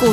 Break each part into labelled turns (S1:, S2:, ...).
S1: 股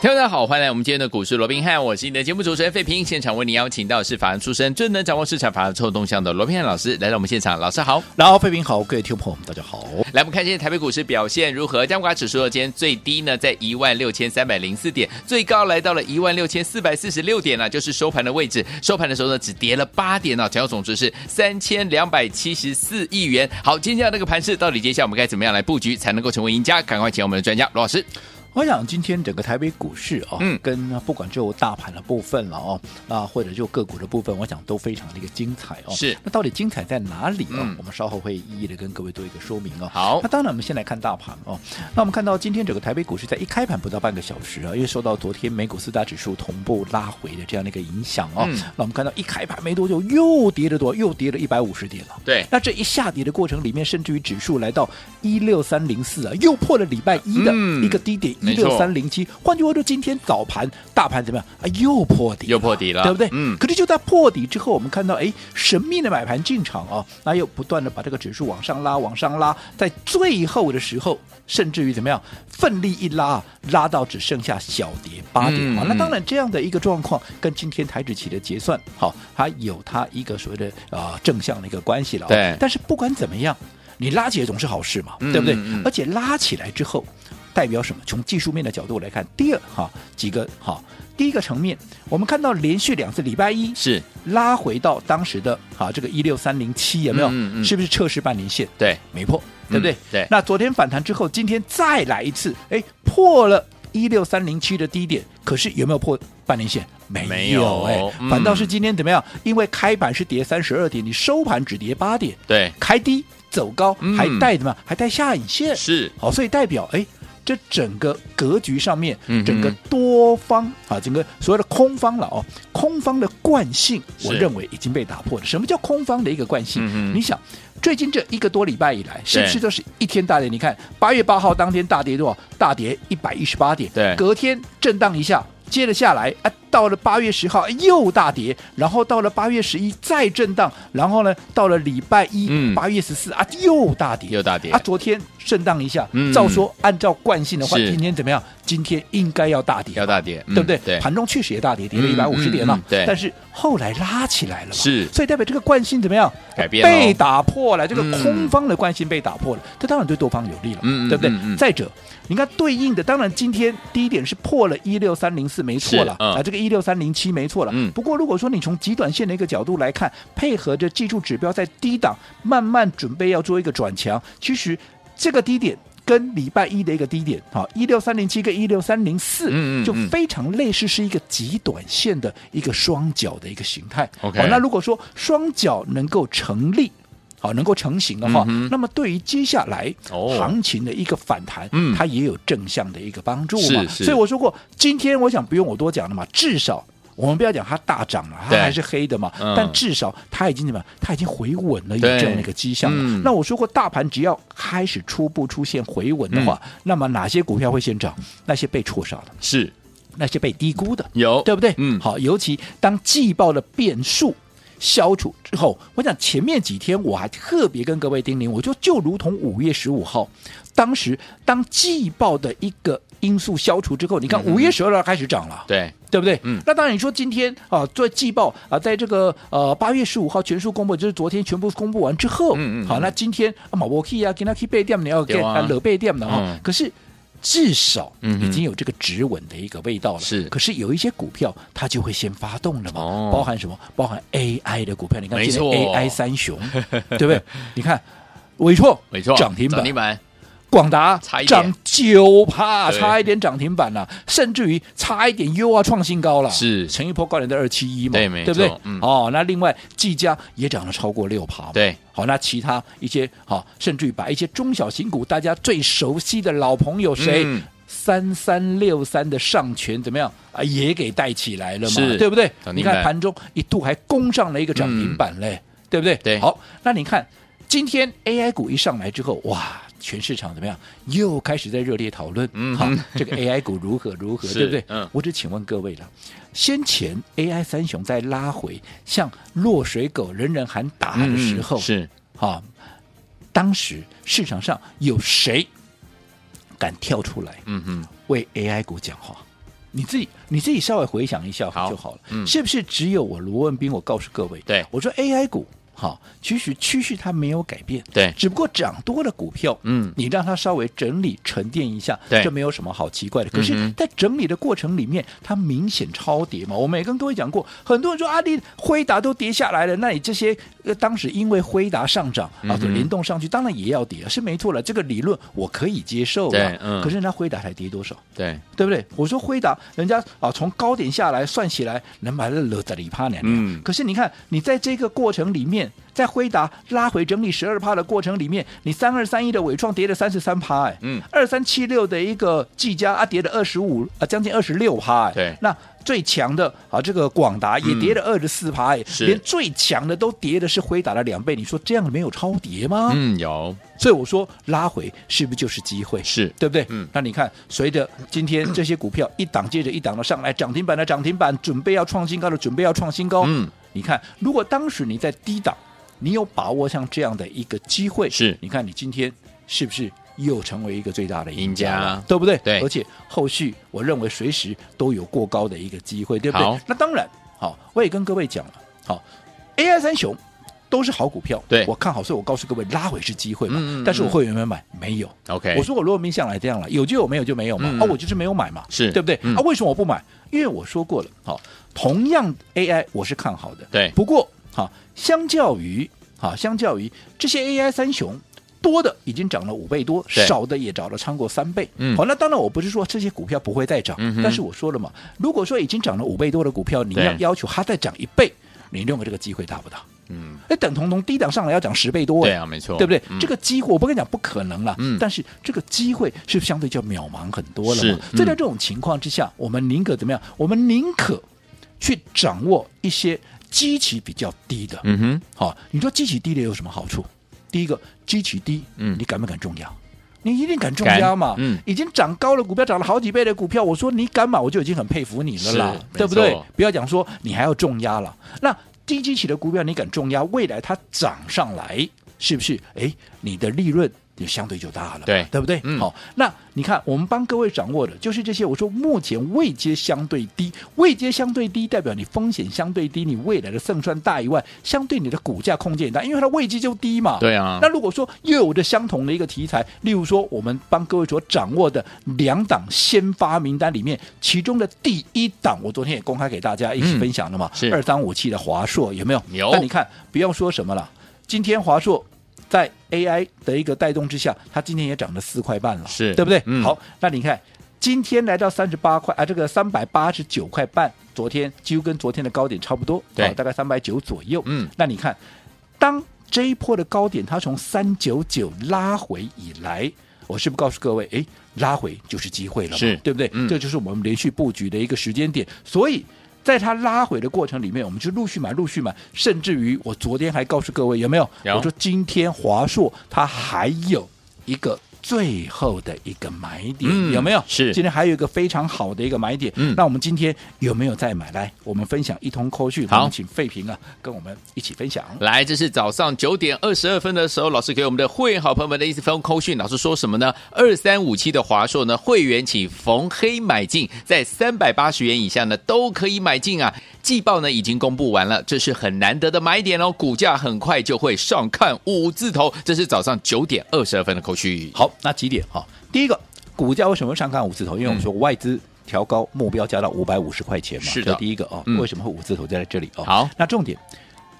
S2: 听众大家好，欢迎来我们今天的股市罗宾汉，我是你的节目主持人费平。现场为你邀请到的是法案出身、最能掌握市场法案臭动向的罗宾汉老师来到我们现场，老师好。
S3: 然后，费平好，各位听众朋友们，大家好。
S2: 来，我们看今天台北股市表现如何？加权指数今天最低呢在一万六千三百零四点，最高来到了一万六千四百四十六点呢、就是收盘的位置。收盘的时候呢，只跌了八点啊，成交总值是三千两百七十四亿元。好，今天的这个盘势，到底接下来我们该怎么样来布局才能够成为赢家？赶快请我们的专家罗老师。
S3: 我想今天整个台北股市哦，
S2: 嗯
S3: 跟不管就大盘的部分了哦，那或者就个股的部分，我想都非常的一个精彩哦。
S2: 是
S3: 那到底精彩在哪里哦？
S2: 嗯
S3: 我们稍后会一一的跟各位做一个说明哦。
S2: 好
S3: 那当然我们先来看大盘哦。那我们看到今天整个台北股市在一开盘不到半个小时啊，因为受到昨天美股四大指数同步拉回的这样的一个影响哦，
S2: 嗯
S3: 那我们看到一开盘没多久又跌了多，又跌了一百五十点了。
S2: 对
S3: 那这一下跌的过程里面，甚至于指数来到一六三零四啊，又破了礼拜一的
S2: 嗯
S3: 一个低点一
S2: 没
S3: 六
S2: 错
S3: 三零七。换句话说，今天早盘大盘怎么样啊？又破底了，
S2: 又破底了
S3: 对不对？
S2: 嗯
S3: 可是就在破底之后，我们看到哎，神秘的买盘进场啊，那又不断的把这个指数往上拉，往上拉，在最后的时候，甚至于怎么样，奋力一拉，拉到只剩下小跌八点
S2: 嗯
S3: 啊。那
S2: 嗯
S3: 当然。那这样的一个状况跟今天台指期的结算，好，它有它一个所谓的啊、呃正向的一个关系了、哦。
S2: 对
S3: 但是不管怎么样，你拉起来总是好事嘛，
S2: 嗯
S3: 对不对？
S2: 嗯嗯
S3: 而且拉起来之后。代表什么？从技术面的角度来看，第二哈几个哈，第一个层面，我们看到连续两次礼拜一
S2: 是
S3: 拉回到当时的啊这个一六三零七有没有？
S2: 嗯嗯嗯
S3: 是不是测试半年线？
S2: 对，
S3: 没破，对不对？
S2: 嗯对
S3: 那昨天反弹之后，今天再来一次，哎，破了一六三零七的低点，可是有没有破半年线？
S2: 没
S3: 没
S2: 有
S3: 有，哎、
S2: 嗯
S3: 反倒是今天怎么样？因为开盘是跌三十二点，你收盘只跌八点，
S2: 对，
S3: 开低走高，
S2: 嗯
S3: 还带怎么样？还带下影线，
S2: 是
S3: 好，所以代表哎。这整个格局上面
S2: 嗯哼，
S3: 整个多方啊，整个所谓的空方了哦，空方的惯性，我
S2: 是
S3: 认为已经被打破了。什么叫空方的一个惯性？
S2: 嗯哼
S3: 你想，最近这一个多礼拜以来，是不
S2: 对
S3: 是都是一天大跌？你看八月八号当天大跌多少？大跌一百一十八点，
S2: 对
S3: 隔天震荡一下。接着下来啊，到了八月十号哎又大跌，然后到了八月十一再震荡，然后呢，到了礼拜一
S2: 嗯
S3: 八、月十四啊又大跌，
S2: 又大跌
S3: 啊，昨天震荡一下，
S2: 嗯
S3: 照说按照惯性的话，
S2: 是
S3: 今天怎么样？今天应该要大跌，
S2: 要大跌嗯
S3: 对不对？
S2: 对
S3: 盘中确实也大跌，跌了
S2: 嗯
S3: 一百五十点嘛、
S2: 嗯嗯对
S3: 但是后来拉起来了嘛，
S2: 是
S3: 所以代表这个惯性怎么样？
S2: 改变了
S3: 被打破了，这个
S2: 嗯
S3: 空方的惯性被打破了，这当然对多方有利了，
S2: 嗯嗯
S3: 对不对、
S2: 嗯嗯
S3: 再者。你看对应的，当然今天第一点是破了一六三零四，没错了、
S2: 是嗯
S3: 啊，这个一六三零七没错了。
S2: 嗯
S3: 不过如果说你从极短线的一个角度来看，配合着技术指标在低档慢慢准备要做一个转强，其实这个低点。跟礼拜一的一个低点，好一六三零七跟一六三零四
S2: 嗯嗯，
S3: 就
S2: 嗯
S3: 非常类似，是一个极短线的一个双脚的一个形态。
S2: OK
S3: 好那如果说双脚能够成立，好能够成型的话，
S2: 嗯哼
S3: 那么对于接下来
S2: 哦
S3: 行情的一个反弹，
S2: 嗯
S3: 它也有正向的一个帮助嘛。
S2: 是是
S3: 所以我说过，今天我想不用我多讲了嘛，至少。我们不要讲它大涨了，它
S2: 对
S3: 还是黑的嘛，
S2: 嗯
S3: 但至少它已经怎么样？它已经回稳了，有
S2: 对
S3: 这样的一个迹象了。
S2: 嗯
S3: 那我说过，大盘只要开始初步出现回稳的话，
S2: 嗯
S3: 那么哪些股票会先涨？那些被错杀的，
S2: 是
S3: 那些被低估的，
S2: 有
S3: 对不对？
S2: 嗯，
S3: 好，尤其当季报的变数。消除之后，我想前面几天我还特别跟各位叮咛，我就就如同五月十五号，当时当季报的一个因素消除之后，
S2: 嗯
S3: 你看五月十二号开始涨了，
S2: 对，
S3: 对不对？
S2: 嗯
S3: 那当然，你说今天啊，做季报啊，在这个呃八月十五号全数公布，就是昨天全部公布完之后，
S2: 嗯嗯嗯
S3: 好，那今天啊，马博 key 啊，跟他 key 背垫，你要给
S2: 对啊
S3: 啊惹背垫的哈
S2: 嗯，
S3: 可是。至少
S2: 嗯哼
S3: 已经有这个止稳的一个味道了，
S2: 是
S3: 可是有一些股票它就会先发动了嘛，
S2: 嗯哦
S3: 包含什么？包含 AI 的股票，你看
S2: 没
S3: 今天
S2: 错
S3: AI 三雄， 对不对？你看伟创，
S2: 没错，
S3: 涨停板，
S2: 涨停板，
S3: 广达
S2: 差一点
S3: 涨九趴，
S2: 对
S3: 差一点涨停板了、甚至于差一点又要创新高了，
S2: 是
S3: 陈一波高点的二七一嘛，
S2: 对没
S3: 不对
S2: 错？嗯
S3: 哦，那另外技嘉也涨了超过六趴，。
S2: 对，
S3: 好，那其他一些好，甚至于把一些中小型股，大家最熟悉的老朋友谁
S2: 嗯？
S3: 三三六三的上权怎么样啊？也给带起来了嘛
S2: 是，
S3: 对不对？
S2: 涨停板
S3: 你看盘中一度还攻上了一个涨停板嘞，对不对？
S2: 嗯对
S3: 好，那你看今天 AI 股一上来之后，哇！全市场怎么样？又开始在热烈讨论，
S2: 嗯
S3: 好，这个 AI 股如何如 何，
S2: 是
S3: 对不对？
S2: 嗯
S3: 我只请问各位了，先前 AI 三雄在拉回，像落水狗人人喊打的时候，
S2: 嗯是
S3: 啊，当时市场上有谁敢跳出来
S2: 嗯哼，
S3: 为 AI 股讲话？你自己你自己稍微回想一下
S2: 好
S3: 就好了，
S2: 嗯
S3: 是不是只有我罗文斌？我告诉各位，
S2: 对
S3: 我说 AI 股好，其实趋势它没有改变，
S2: 对
S3: 只不过涨多了股票，
S2: 嗯
S3: 你让它稍微整理沉淀一下，
S2: 对
S3: 这没有什么好奇怪的。可
S2: 嗯
S3: 是
S2: 哼，
S3: 在整理的过程里面，它明显超跌嘛。我们也跟各位讲过，很多人说阿里、辉达都跌下来了，那你这些呃，当时因为辉达上涨啊，
S2: 嗯
S3: 就
S2: 哼
S3: 联动上去，当然也要跌，是没错了。这个理论我可以接受啊
S2: 对，嗯
S3: 可是那辉达才跌多少？
S2: 对，
S3: 对不对？我说辉达，人家啊从高点下来算起来能买了六十里趴呢。
S2: 嗯
S3: 可是你看，你在这个过程里面，在辉达拉回整理十二趴的过程里面，你三二三一的伟创跌了三十三趴，哎，
S2: 嗯，
S3: 二三七六的一个技嘉啊跌了二十五啊将近二十六趴，哎，
S2: 对嗯
S3: 那。最强的啊，这个广达也跌了二十四趴，哎、
S2: 是
S3: 连最强的都跌的是辉达的两倍，你说这样没有超跌吗？
S2: 嗯有
S3: 所以我说拉回是不是就是机会？
S2: 是
S3: 对不对？
S2: 嗯
S3: 那你看，随着今天这些股票一档接着一档的上来，涨停板的涨停板，准备要创新高的准备要创新高。
S2: 嗯，
S3: 你看，如果当时你在低档，你有把握像这样的一个机会，
S2: 是
S3: 你看你今天是不是？又成为一个最大的赢家了
S2: 赢家
S3: 对不对？
S2: 对
S3: 而且后续我认为随时都有过高的一个机会，对不
S2: 好
S3: 对？那当然，好，我也跟各位讲了，好，AI 三雄都是好股票，
S2: 对
S3: 我看好，所以我告诉各位，拉回是机会嘛。
S2: 嗯嗯嗯
S3: 但是我会员们买没有，
S2: OK，
S3: 我说我如果明向来这样了，有就有，没有就没有嘛。
S2: 嗯
S3: 啊，我就是没有买嘛，
S2: 是
S3: 对不对？
S2: 嗯
S3: 啊，为什么我不买？因为我说过了，好，同样 AI 我是看好的，
S2: 对
S3: 不过，好，相较于，好，相较于这些 AI 三雄。多的已经涨了五倍多，
S2: 对
S3: 少的也涨了超过三倍。
S2: 嗯
S3: 好，那当然我不是说这些股票不会再涨，
S2: 嗯哼
S3: 但是我说了嘛，如果说已经涨了五倍多的股票，你
S2: 对
S3: 要要求它再涨一倍，你认为这个机会大不大？
S2: 嗯
S3: 哎，等同从低档上来要涨十倍多，
S2: 对
S3: 哎
S2: 啊没错，
S3: 对不对？
S2: 嗯
S3: 这个机会我不跟你讲不可能了，
S2: 嗯
S3: 但是这个机会是相对就渺茫很多了
S2: 是
S3: 嘛。
S2: 嗯
S3: 所以在这种情况之下，我们宁可怎么样？我们宁可去掌握一些基期比较低的。
S2: 嗯哼，
S3: 好、你说基期低的有什么好处？第一个，基期低，
S2: 嗯
S3: 你敢不敢重压？你一定敢重
S2: 敢
S3: 压嘛？
S2: 嗯
S3: 已经涨高了股票，涨了好几倍的股票，我说你敢买，我就已经很佩服你了啦
S2: 是，
S3: 对不对
S2: 没错？
S3: 不要讲说你还要重压了，那低基期的股票你敢重压，未来它涨上来，是不是？哎，你的利润。就相对就大了嘛，
S2: 对
S3: 对不对？
S2: 嗯
S3: 好，那你看，我们帮各位掌握的就是这些。我说目前位阶相对低，位阶相对低代表你风险相对低，你未来的胜算大以外，相对你的股价空间也大，因为它的位阶就低嘛。
S2: 对啊
S3: 那如果说又有着相同的一个题材，例如说我们帮各位所掌握的两档先发名单里面，其中的第一档，我昨天也公开给大家一起
S2: 嗯
S3: 分享了嘛，
S2: 是
S3: 二三五七的华硕有没有？
S2: 有
S3: 那你看，不要说什么了，今天华硕在 AI 的一个带动之下，它今天也涨了四块半了，
S2: 是
S3: 对不对？
S2: 嗯
S3: 好，那你看。今天来到三十八块啊，这个三百八十九块半，昨天几乎跟昨天的高点差不多，
S2: 对
S3: 啊大概三百九左右。
S2: 嗯
S3: 那你看，当这一波的高点它从三九九拉回以来，我是不是告诉各位，哎，拉回就是机会了嘛，
S2: 是
S3: 对不对？
S2: 嗯
S3: 这就是我们连续布局的一个时间点，所以。在它拉回的过程里面，我们就陆续买，陆续买，甚至于我昨天还告诉各位，有没有？
S2: 有
S3: 我说今天华硕它还有一个最后的一个买点，
S2: 嗯
S3: 有没有？
S2: 是
S3: 今天还有一个非常好的一个买点。
S2: 嗯
S3: 那我们今天有没有再买？来，我们分享一通扣讯，
S2: 好
S3: 我们请费平啊跟我们一起分享。
S2: 来，这是早上九点二十二分的时候，老师给我们的会员好朋友们的一封扣讯。老师说什么呢？二三五七的华硕呢，会员起逢黑买进，在三百八十元以下呢都可以买进啊。季报呢已经公布完了，这是很难得的买点哦，股价很快就会上看五字头。这是早上九点二十二分的扣讯。
S3: 好，那几点哈、第一个，股价为什么上看五字头？因为我们说外资调高目标价到五百五十块钱嘛，
S2: 嗯是的
S3: 这第一个哦。
S2: 嗯
S3: 为什么会五字头就在这里哦？
S2: 好，
S3: 那重点，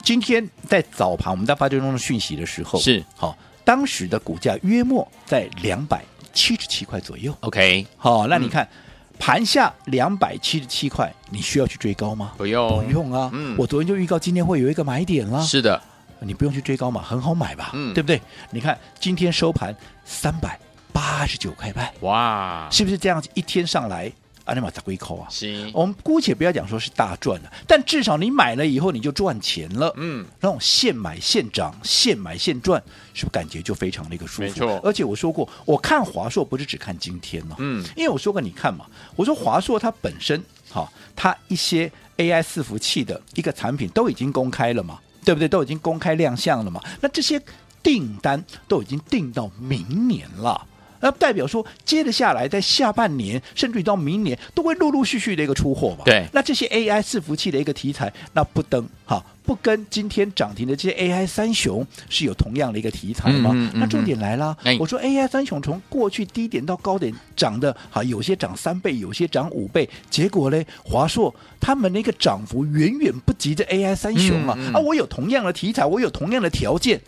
S3: 今天在早盘我们在发这的讯息的时候，
S2: 是
S3: 好、当时的股价约莫在两百七十七块左右。
S2: OK，
S3: 好、那
S2: 嗯
S3: 你看、盘下两百七十七块，你需要去追高吗？
S2: 不用，
S3: 不用啊，
S2: 嗯
S3: 我昨天就预告今天会有一个买点了，
S2: 是的，
S3: 你不用去追高嘛，很好买吧，
S2: 嗯
S3: 对不对？你看今天收盘三百八十九块半，
S2: 哇，
S3: 是不是这样子一天上来？啊，那么咋归扣啊？
S2: 行，
S3: 我们姑且不要讲说是大赚了，但至少你买了以后你就赚钱了。
S2: 嗯，
S3: 那种现买现涨、现买现赚，是不是感觉就非常的一个舒服？
S2: 没错
S3: 而且我说过，我看华硕不是只看今天哦，
S2: 嗯，
S3: 因为我说过，你看嘛，我说华硕它本身，哈、它一些 AI 伺服器的一个产品都已经公开了嘛，对不对？都已经公开亮相了嘛，那这些订单都已经定到明年了。那代表说，接着下来在下半年，甚至于到明年，都会陆陆续续的一个出货嘛。
S2: 对
S3: 那这些 AI 伺服器的一个题材，那不登哈，不跟今天涨停的这些 AI 三雄是有同样的一个题材吗？
S2: 嗯嗯嗯
S3: 那重点来啦，
S2: 哎
S3: 我说 AI 三雄从过去低点到高点涨的，哈，有些涨三倍，有些涨五倍，结果嘞，华硕他们那个涨幅远远不及这 AI 三雄啊！
S2: 嗯嗯
S3: 啊，我有同样的题材，我有同样的条件，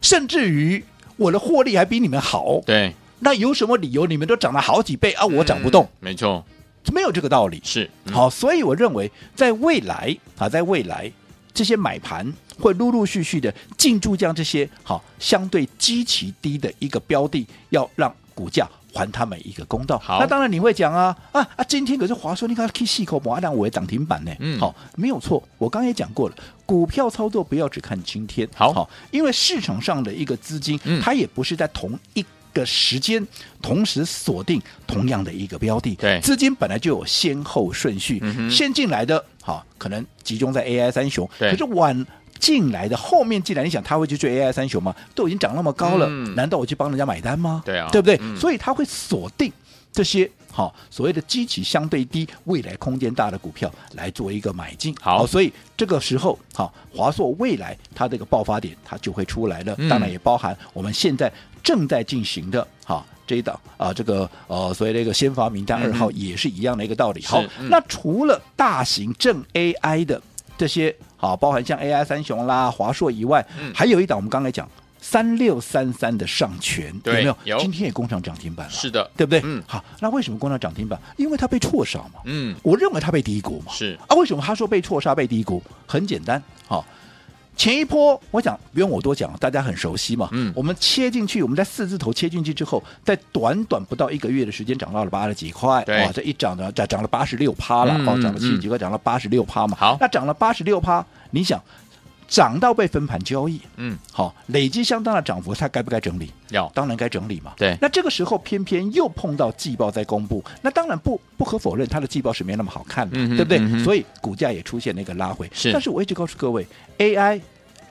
S3: 甚至于我的获利还比你们好，
S2: 对，
S3: 那有什么理由你们都涨了好几倍啊，我涨不动？
S2: 嗯，没错，
S3: 没有这个道理。
S2: 是，嗯，
S3: 好，所以我认为在未来啊，在未来这些买盘会陆陆续续的进驻这样这些好相对极其低的一个标的，要让股价。还他们一个公道。
S2: 好
S3: 那当然你会讲啊啊啊！今天可是华硕，你看 K 细口摩阿我也涨停板呢。
S2: 嗯
S3: 好、没有错，我刚刚也讲过了，股票操作不要只看今天。
S2: 好
S3: 因为市场上的一个资金，
S2: 嗯
S3: 它也不是在同一个时间同时锁定同样的一个标的。
S2: 对
S3: 资金本来就有先后顺序
S2: 嗯，哼
S3: 先进来的好可能集中在 AI 三雄，
S2: 对
S3: 可是晚。进来的后面进来，你想他会去追 AI 三雄吗？都已经涨那么高了，
S2: 嗯
S3: 难道我去帮人家买单吗？
S2: 对啊
S3: 对不对？
S2: 嗯
S3: 所以他会锁定这些好、所谓的基期相对低、未来空间大的股票来做一个买进。
S2: 好
S3: 所以这个时候好、华硕未来它这个爆发点它就会出来了，
S2: 嗯
S3: 当然也包含我们现在正在进行的好、这一档啊、这个呃，所谓的一个先发名单
S2: 嗯
S3: 二号也是一样的一个道理。
S2: 是
S3: 好，
S2: 嗯
S3: 那除了大型正 AI 的这些好，包含像 AI 三雄啦、华硕以外，
S2: 嗯
S3: 还有一档我们刚才讲三六三三的上权，有
S2: 对
S3: 没有？
S2: 有
S3: 今天也攻上涨停板了，
S2: 是的，
S3: 对不对？
S2: 嗯
S3: 好，那为什么攻上涨停板？因为它被错杀嘛，
S2: 嗯，
S3: 我认为它被低估嘛。
S2: 是，
S3: 啊，为什么他说被错杀、被低估？很简单，好、前一波我讲不用我多讲，大家很熟悉嘛。
S2: 嗯
S3: 我们切进去，我们在四字头切进去之后，在短短不到一个月的时间，涨到了八十几块，
S2: 对
S3: 哇，这一涨呢，涨涨了八十六趴了，
S2: 嗯
S3: 哦，涨了
S2: 嗯
S3: 七十几块，涨了八十六趴嘛。
S2: 好
S3: 那涨了八十六趴，你想涨到被分盘交易，
S2: 嗯，
S3: 好、累积相当的涨幅，它该不该整理？
S2: 要，
S3: 当然该整理嘛。
S2: 对
S3: 那这个时候偏偏又碰到季报在公布，那当然不不可否认，它的季报是没那么好看的，
S2: 嗯哼
S3: 对不对？
S2: 嗯哼
S3: 所以股价也出现了一个拉回。
S2: 是
S3: 但是我一直告诉各位，AI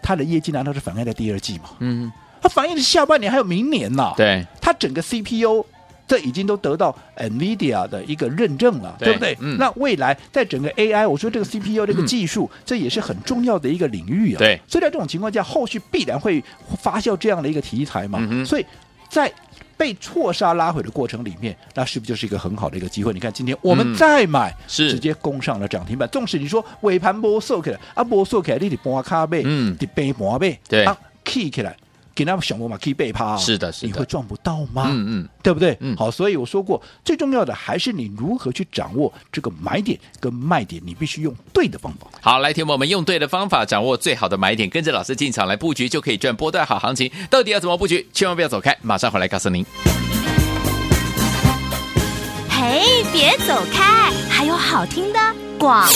S3: 它的业绩难道是反映在第二季吗？
S2: 嗯，
S3: 它反映的是下半年还有明年呐、，
S2: 对，
S3: 它整个 CPU。这已经都得到 NVIDIA 的一个认证了，
S2: 对
S3: 不对？
S2: 嗯
S3: 那未来在整个 AI，我说这个 CPU 这个技术，这也是很重要的一个领域啊。
S2: 对，
S3: 所以在这种情况下，后续必然会发酵这样的一个题材嘛。
S2: 嗯哼
S3: 所以在被错杀拉回的过程里面，那是不是就是一个很好的一个机会？你看今天我
S2: 嗯
S3: 们再买，
S2: 是
S3: 直接攻上了涨停板。纵使你说尾盘波收起来，啊波收起来，你得搬卡背，
S2: 嗯
S3: 得背盘背，
S2: 对
S3: 啊 key 起来，给他们想办法 key 背趴，
S2: 是的是的
S3: 你会赚不到吗？
S2: 嗯嗯，
S3: 对不对？
S2: 嗯
S3: 好，所以我说过，最重要的还是你如何去掌握这个买点跟卖点，你必须用对的方法。
S2: 好，来，听我们用对的方法，掌握最好的买点，跟着老师进场来布局，就可以赚波段好行情。到底要怎么布局？千万不要走开，马上回来告诉您。
S1: 嘿，别走开，还有好听的广。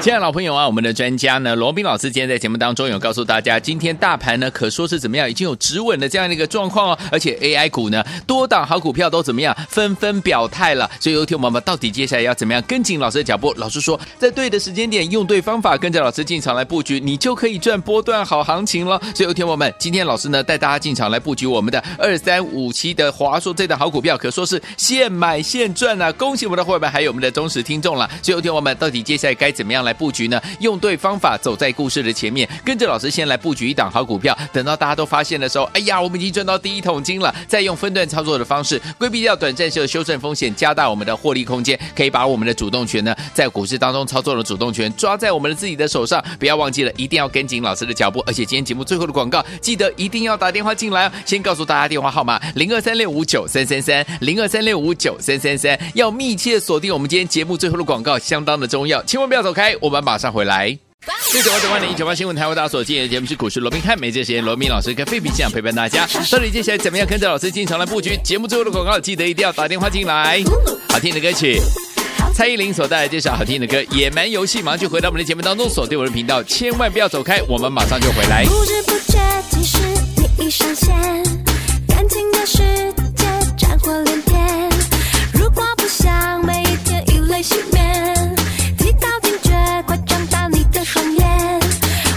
S2: 亲爱的老朋友啊，我们的专家呢，罗斌老师今天在节目当中有告诉大家，今天大盘呢可说是怎么样，已经有止稳的这样的一个状况哦，而且 AI 股呢多档好股票都怎么样，纷纷表态了。所以有天我们到底接下来要怎么样跟紧老师的脚步？老师说，在对的时间点，用对方法，跟着老师进场来布局，你就可以赚波段好行情了。所以有天我们今天老师呢带大家进场来布局我们的二三五七的华硕这档好股票，可说是现买现赚啊！恭喜我们的伙伴，还有我们的忠实听众了。所以有天我们到底接下来该怎么样来布局呢？用对方法，走在故事的前面，跟着老师先来布局一档好股票，等到大家都发现的时候，哎呀，我们已经赚到第一桶金了。再用分段操作的方式，规避掉短暂性的修正风险，加大我们的获利空间，可以把我们的主动权呢，在股市当中操作的主动权抓在我们的自己的手上。不要忘记了，一定要跟紧老师的脚步。而且今天节目最后的广告，记得一定要打电话进来哦。先告诉大家电话号码：零二三六五九三三三，零二三六五九三三三。要密切锁定我们今天节目最后的广告，相当的重要，千万不要走开，我们马上回来。六九八九八零九八新闻台，为大家所进行的节目是股市罗宾汉，每这时间罗宾老师跟费皮酱陪伴大家。到底接下来怎么样跟着老师进场来布局？节目最后的广告记得一定要打电话进来。好听的歌曲，蔡依林所带来这首好听的歌《野蛮游戏》，马上就回到我们的节目当中，锁定我们的频道，千万不要走开，我们马上就回来。
S4: 不知不觉，其实你已上线，感情的世界战火连天。如果不想每一天以泪洗面，提高警觉，快张大你的双眼。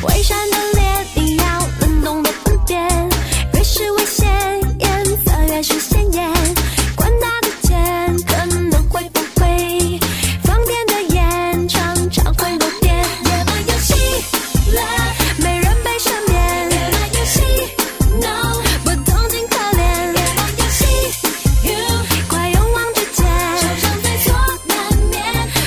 S4: 伪善的脸，你要能懂得分辨，越是危险，颜色越是鲜艳。管他的钱可能会不会放电的眼，常常会漏电。野蛮游戏了，没人被赦免。野蛮游戏，no，不同情可怜。野蛮游戏，you，快勇往直前，受伤在所难免，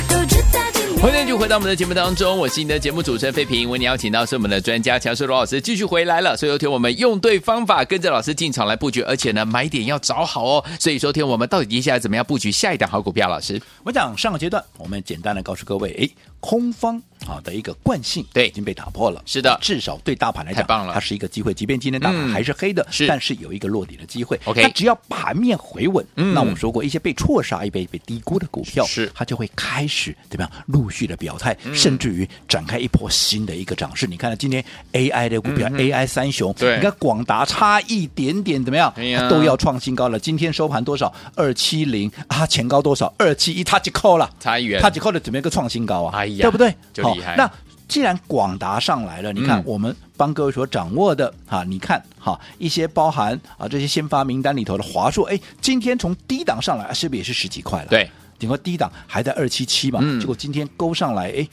S4: 都值得纪念。
S2: 欢迎继续回到我们的节目当中，我是你的节目主持人费平。为你邀请到是我们的专家强叔罗老师继续回来了，所以有天我们用对方法，跟着老师进场来布局，而且呢买点要找好哦。所以说天我们到底接下来怎么样布局下一档好股票？老师，
S3: 我讲上个阶段，我们简单的告诉各位，哎，空方啊的一个惯性
S2: 对
S3: 已经被打破了，啊
S2: 是的
S3: 至少对大盘来
S2: 太
S3: 讲，
S2: 棒了
S3: 它是一个机会。即便今天大盘
S2: 嗯
S3: 还是黑的，
S2: 是
S3: 但是有一个落底的机会。
S2: OK
S3: 它只要盘面回稳，
S2: 嗯
S3: 那我说过一些被错杀、一被被低估的股票，
S2: 是嗯
S3: 它就会开始怎么样陆续的表态，甚至于展开一波新的一个涨势。你看，啊今天 AI 的股票、AI 三雄，
S2: 嗯对
S3: 你看广达差一点点怎么样，
S2: 哎呀
S3: 都要创新高了。今天收盘多少？二七零啊，前高多少？二七一，它就扣了。
S2: 差一元
S3: 它只扣了怎么一个创新高啊？
S2: 哎呀
S3: 对不对？
S2: 就厉害
S3: 好那既然广达上来了，你看
S2: 嗯
S3: 我们帮各位所掌握的哈、你看哈、一些包含啊这些先发名单里头的华硕，哎，今天从低档上来，啊是不是也是十几块了？
S2: 对，
S3: 顶多低档还在二七七嘛，
S2: 嗯
S3: 结果今天勾上来，哎。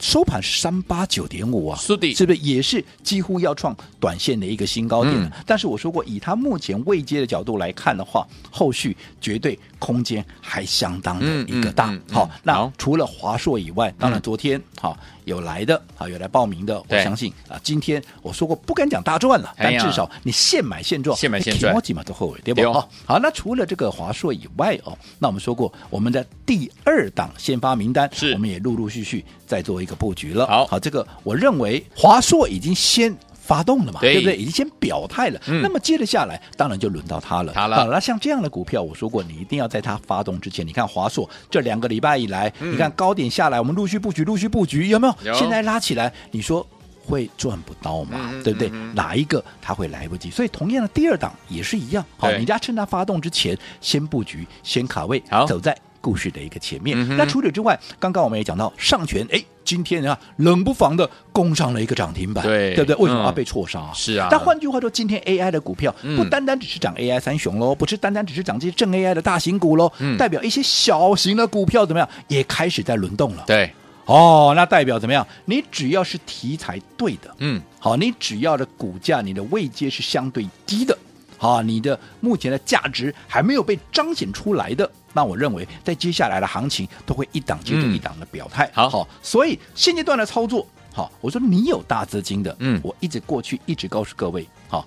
S3: 收盘是三八九点五啊，
S2: 是的
S3: 是不是也是几乎要创短线的一个新高点了
S2: 嗯
S3: 但是我说过，以它目前未接的角度来看的话，后续绝对空间还相当的一个大。
S2: 嗯嗯嗯嗯
S3: 好，那
S2: 好
S3: 除了华硕以外，当然
S2: 嗯
S3: 昨天好、有来的好有来报名的，我
S2: 对
S3: 相信啊，今天我说过不敢讲大赚了，
S2: 哎
S3: 但
S2: 呀
S3: 至少你现买现赚，
S2: 现买现赚
S3: 哎起码都后悔对吧
S2: 对？哦
S3: 好好，那除了这个华硕以外哦，那我们说过，我们的第二档先发名单，
S2: 是
S3: 我们也陆陆续续在做一个布局了。
S2: 好
S3: 好，这个我认为华硕已经先。发动了嘛，
S2: 对
S3: 不对？已经先表态了，
S2: 嗯
S3: 那么接着下来，当然就轮到它了。
S2: 它了
S3: 好那像这样的股票，我说过，你一定要在它发动之前，你看华硕这两个礼拜以来，你看高点下来，我们陆续布局，陆续布局，有没有？
S2: 嗯有
S3: 现在拉起来，你说会赚不到吗？
S2: 嗯嗯
S3: 对不对？
S2: 嗯嗯
S3: 哪一个它会来不及？所以同样的第二档也是一样，好，
S2: 对
S3: 你家趁它发动之前先布局，先卡位
S2: 好，
S3: 走在故事的一个前面。
S2: 嗯哼
S3: 那除此之外，刚刚我们也讲到上权，哎，今天啊冷不防的攻上了一个涨停板，
S2: 对
S3: 对不对？为什么
S2: 嗯
S3: 要被错杀、
S2: 是啊
S3: 但换句话说，今天 AI 的股票
S2: 嗯
S3: 不单单只是涨 AI 三雄喽，不是单单只是涨这些正 AI 的大型股喽，
S2: 嗯
S3: 代表一些小型的股票怎么样，也开始在轮动了。
S2: 对，
S3: 哦，那代表怎么样？你只要是题材对的，
S2: 嗯，
S3: 好，你只要的股价，你的位阶是相对低的，啊，你的目前的价值还没有被彰显出来的，那我认为在接下来的行情都会一档接着
S2: 嗯
S3: 一档的表态。
S2: 好
S3: 所以现阶段的操作，好，我说你有大资金的，
S2: 嗯
S3: 我一直过去一直告诉各位，好。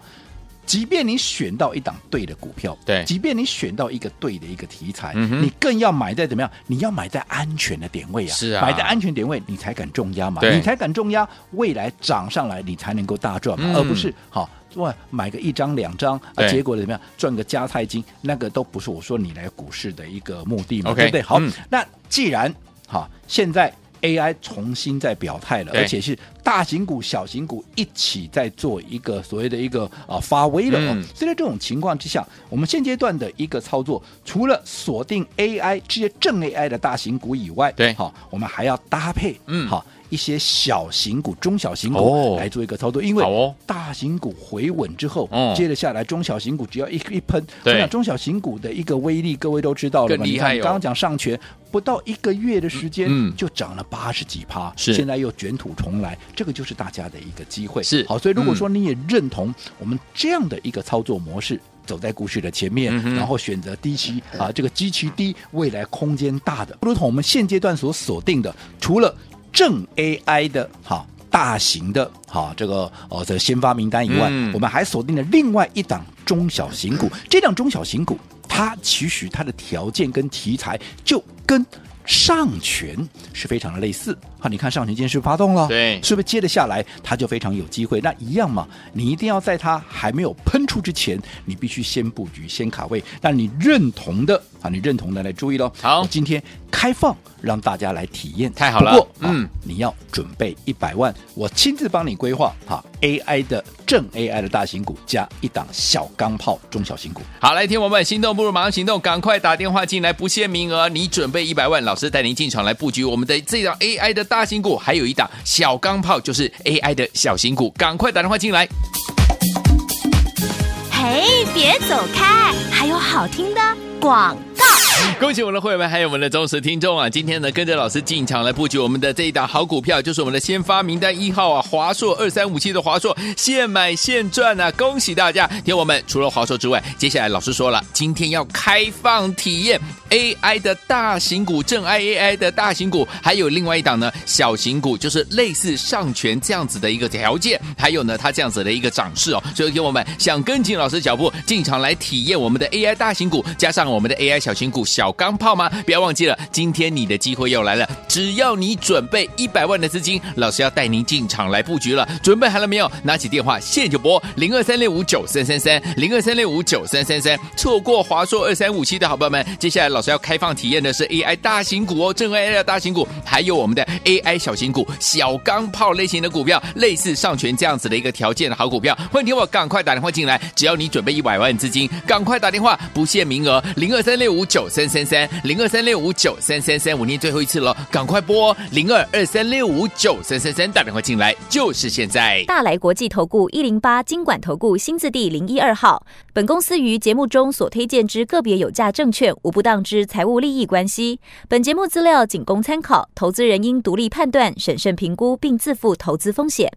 S3: 即便你选到一档对的股票，
S2: 对
S3: 即便你选到一个对的一个题材，
S2: 嗯哼
S3: 你更要买在怎么样？你要买在安全的点位啊，
S2: 是啊
S3: 买在安全点位，你才敢重压嘛，
S2: 对
S3: 你才敢重压，未来涨上来你才能够大赚嘛，
S2: 嗯
S3: 而不是好哇买个一张两张，啊
S2: 对
S3: 结果怎么样赚个加菜金，那个都不是我说你来股市的一个目的嘛
S2: OK，
S3: 对不对？好，
S2: 嗯
S3: 那既然好现在。AI 重新在表态了，
S2: 对
S3: 而且是大型股、小型股一起在做一个所谓的一个啊发威了、哦。
S2: 嗯
S3: 所以在这种情况之下，我们现阶段的一个操作，除了锁定 AI 这些正 AI 的大型股以外，
S2: 对
S3: 好，我们还要搭配，
S2: 嗯
S3: 好一些小型股、中小型
S2: 哦
S3: 股来做一个操作，因为
S2: 好哦
S3: 大型股回稳之后，
S2: 嗯
S3: 接着下来中小型股只要一一喷，
S2: 对
S3: 我想中小型股的一个威力，各位都知道了嘛，
S2: 更厉害哦
S3: 你看刚刚讲上权。不到一个月的时间，
S2: 嗯嗯
S3: 就涨了八十几趴，
S2: 是
S3: 现在又卷土重来，这个就是大家的一个机会。
S2: 是
S3: 好，所以如果
S2: 嗯
S3: 说你也认同我们这样的一个操作模式。走在股市的前面，
S2: 嗯哼嗯
S3: 然后选择低吸啊，这个基期低，未来空间大的，如同我们现阶段所锁定的，除了正 AI 的哈、大型的哈、这个呃这个先发名单以外，
S2: 嗯
S3: 我们还锁定了另外一档中小型股，这档中小型股它其实它的条件跟题材就跟上权是非常的类似。好，你看上权今天是不是发动了，
S2: 对
S3: 是不是接得下来，它就非常有机会。那一样嘛，你一定要在它还没有喷出之前，你必须先布局、先卡位。但你认同的啊，你认同的来注意喽。
S2: 好
S3: 我今天开放让大家来体验，
S2: 太好了
S3: 不过
S2: 嗯
S3: 嗯。你要准备一百万，我亲自帮你规划哈 AI 的正 AI 的大型股加一档小钢炮中小型股。
S2: 好，来，听我们心动不如马上行动，赶快打电话进来，不限名额，你准备一百万，老师带您进场来布局我们的这档 AI 的大型股，还有一档小钢炮，就是 AI 的小型股，赶快打电话进来。
S1: 嘿，别走开，还有好听的广告。
S2: 恭喜我们的会员们，还有我们的忠实听众啊！今天呢，跟着老师进场来布局我们的这一档好股票，就是我们的先发名单一号啊，华硕二三五七的华硕，现买现赚啊！恭喜大家，听我们除了华硕之外，接下来老师说了，今天要开放体验 AI 的大型股，正 I AI 的大型股，还有另外一档呢小型股，就是类似上权这样子的一个条件，还有呢它这样子的一个涨势哦。所以听我们想跟紧老师脚步进场来体验我们的 AI 大型股，加上我们的 AI 小型股小钢炮吗？不要忘记了，今天你的机会又来了，只要你准备一百万的资金，老师要带您进场来布局了。准备好了没有？拿起电话现在就拨零二三六五九三三三零二三六五九三三三。错过华硕二三五七的好朋友们，接下来老师要开放体验的是 AI 大型股哦，正 AI 的大型股，还有我们的 AI 小型股、小钢炮类型的股票，类似上权这样子的一个条件的好股票。欢迎听我赶快打电话进来，只要你准备一百万资金，赶快打电话，不限名额，零二三六五九三三三零二三六五九三三三，我念最后一次了，赶快拨零二二三六五九三三三，打电话进来就是现在。
S5: 大来国际投顾一零八金管投顾新字第零一二号。本公司于节目中所推荐之个别有价证券，无不当之财务利益关系。本节目资料仅供参考，投资人应独立判断、审慎评估，并自负投资风险。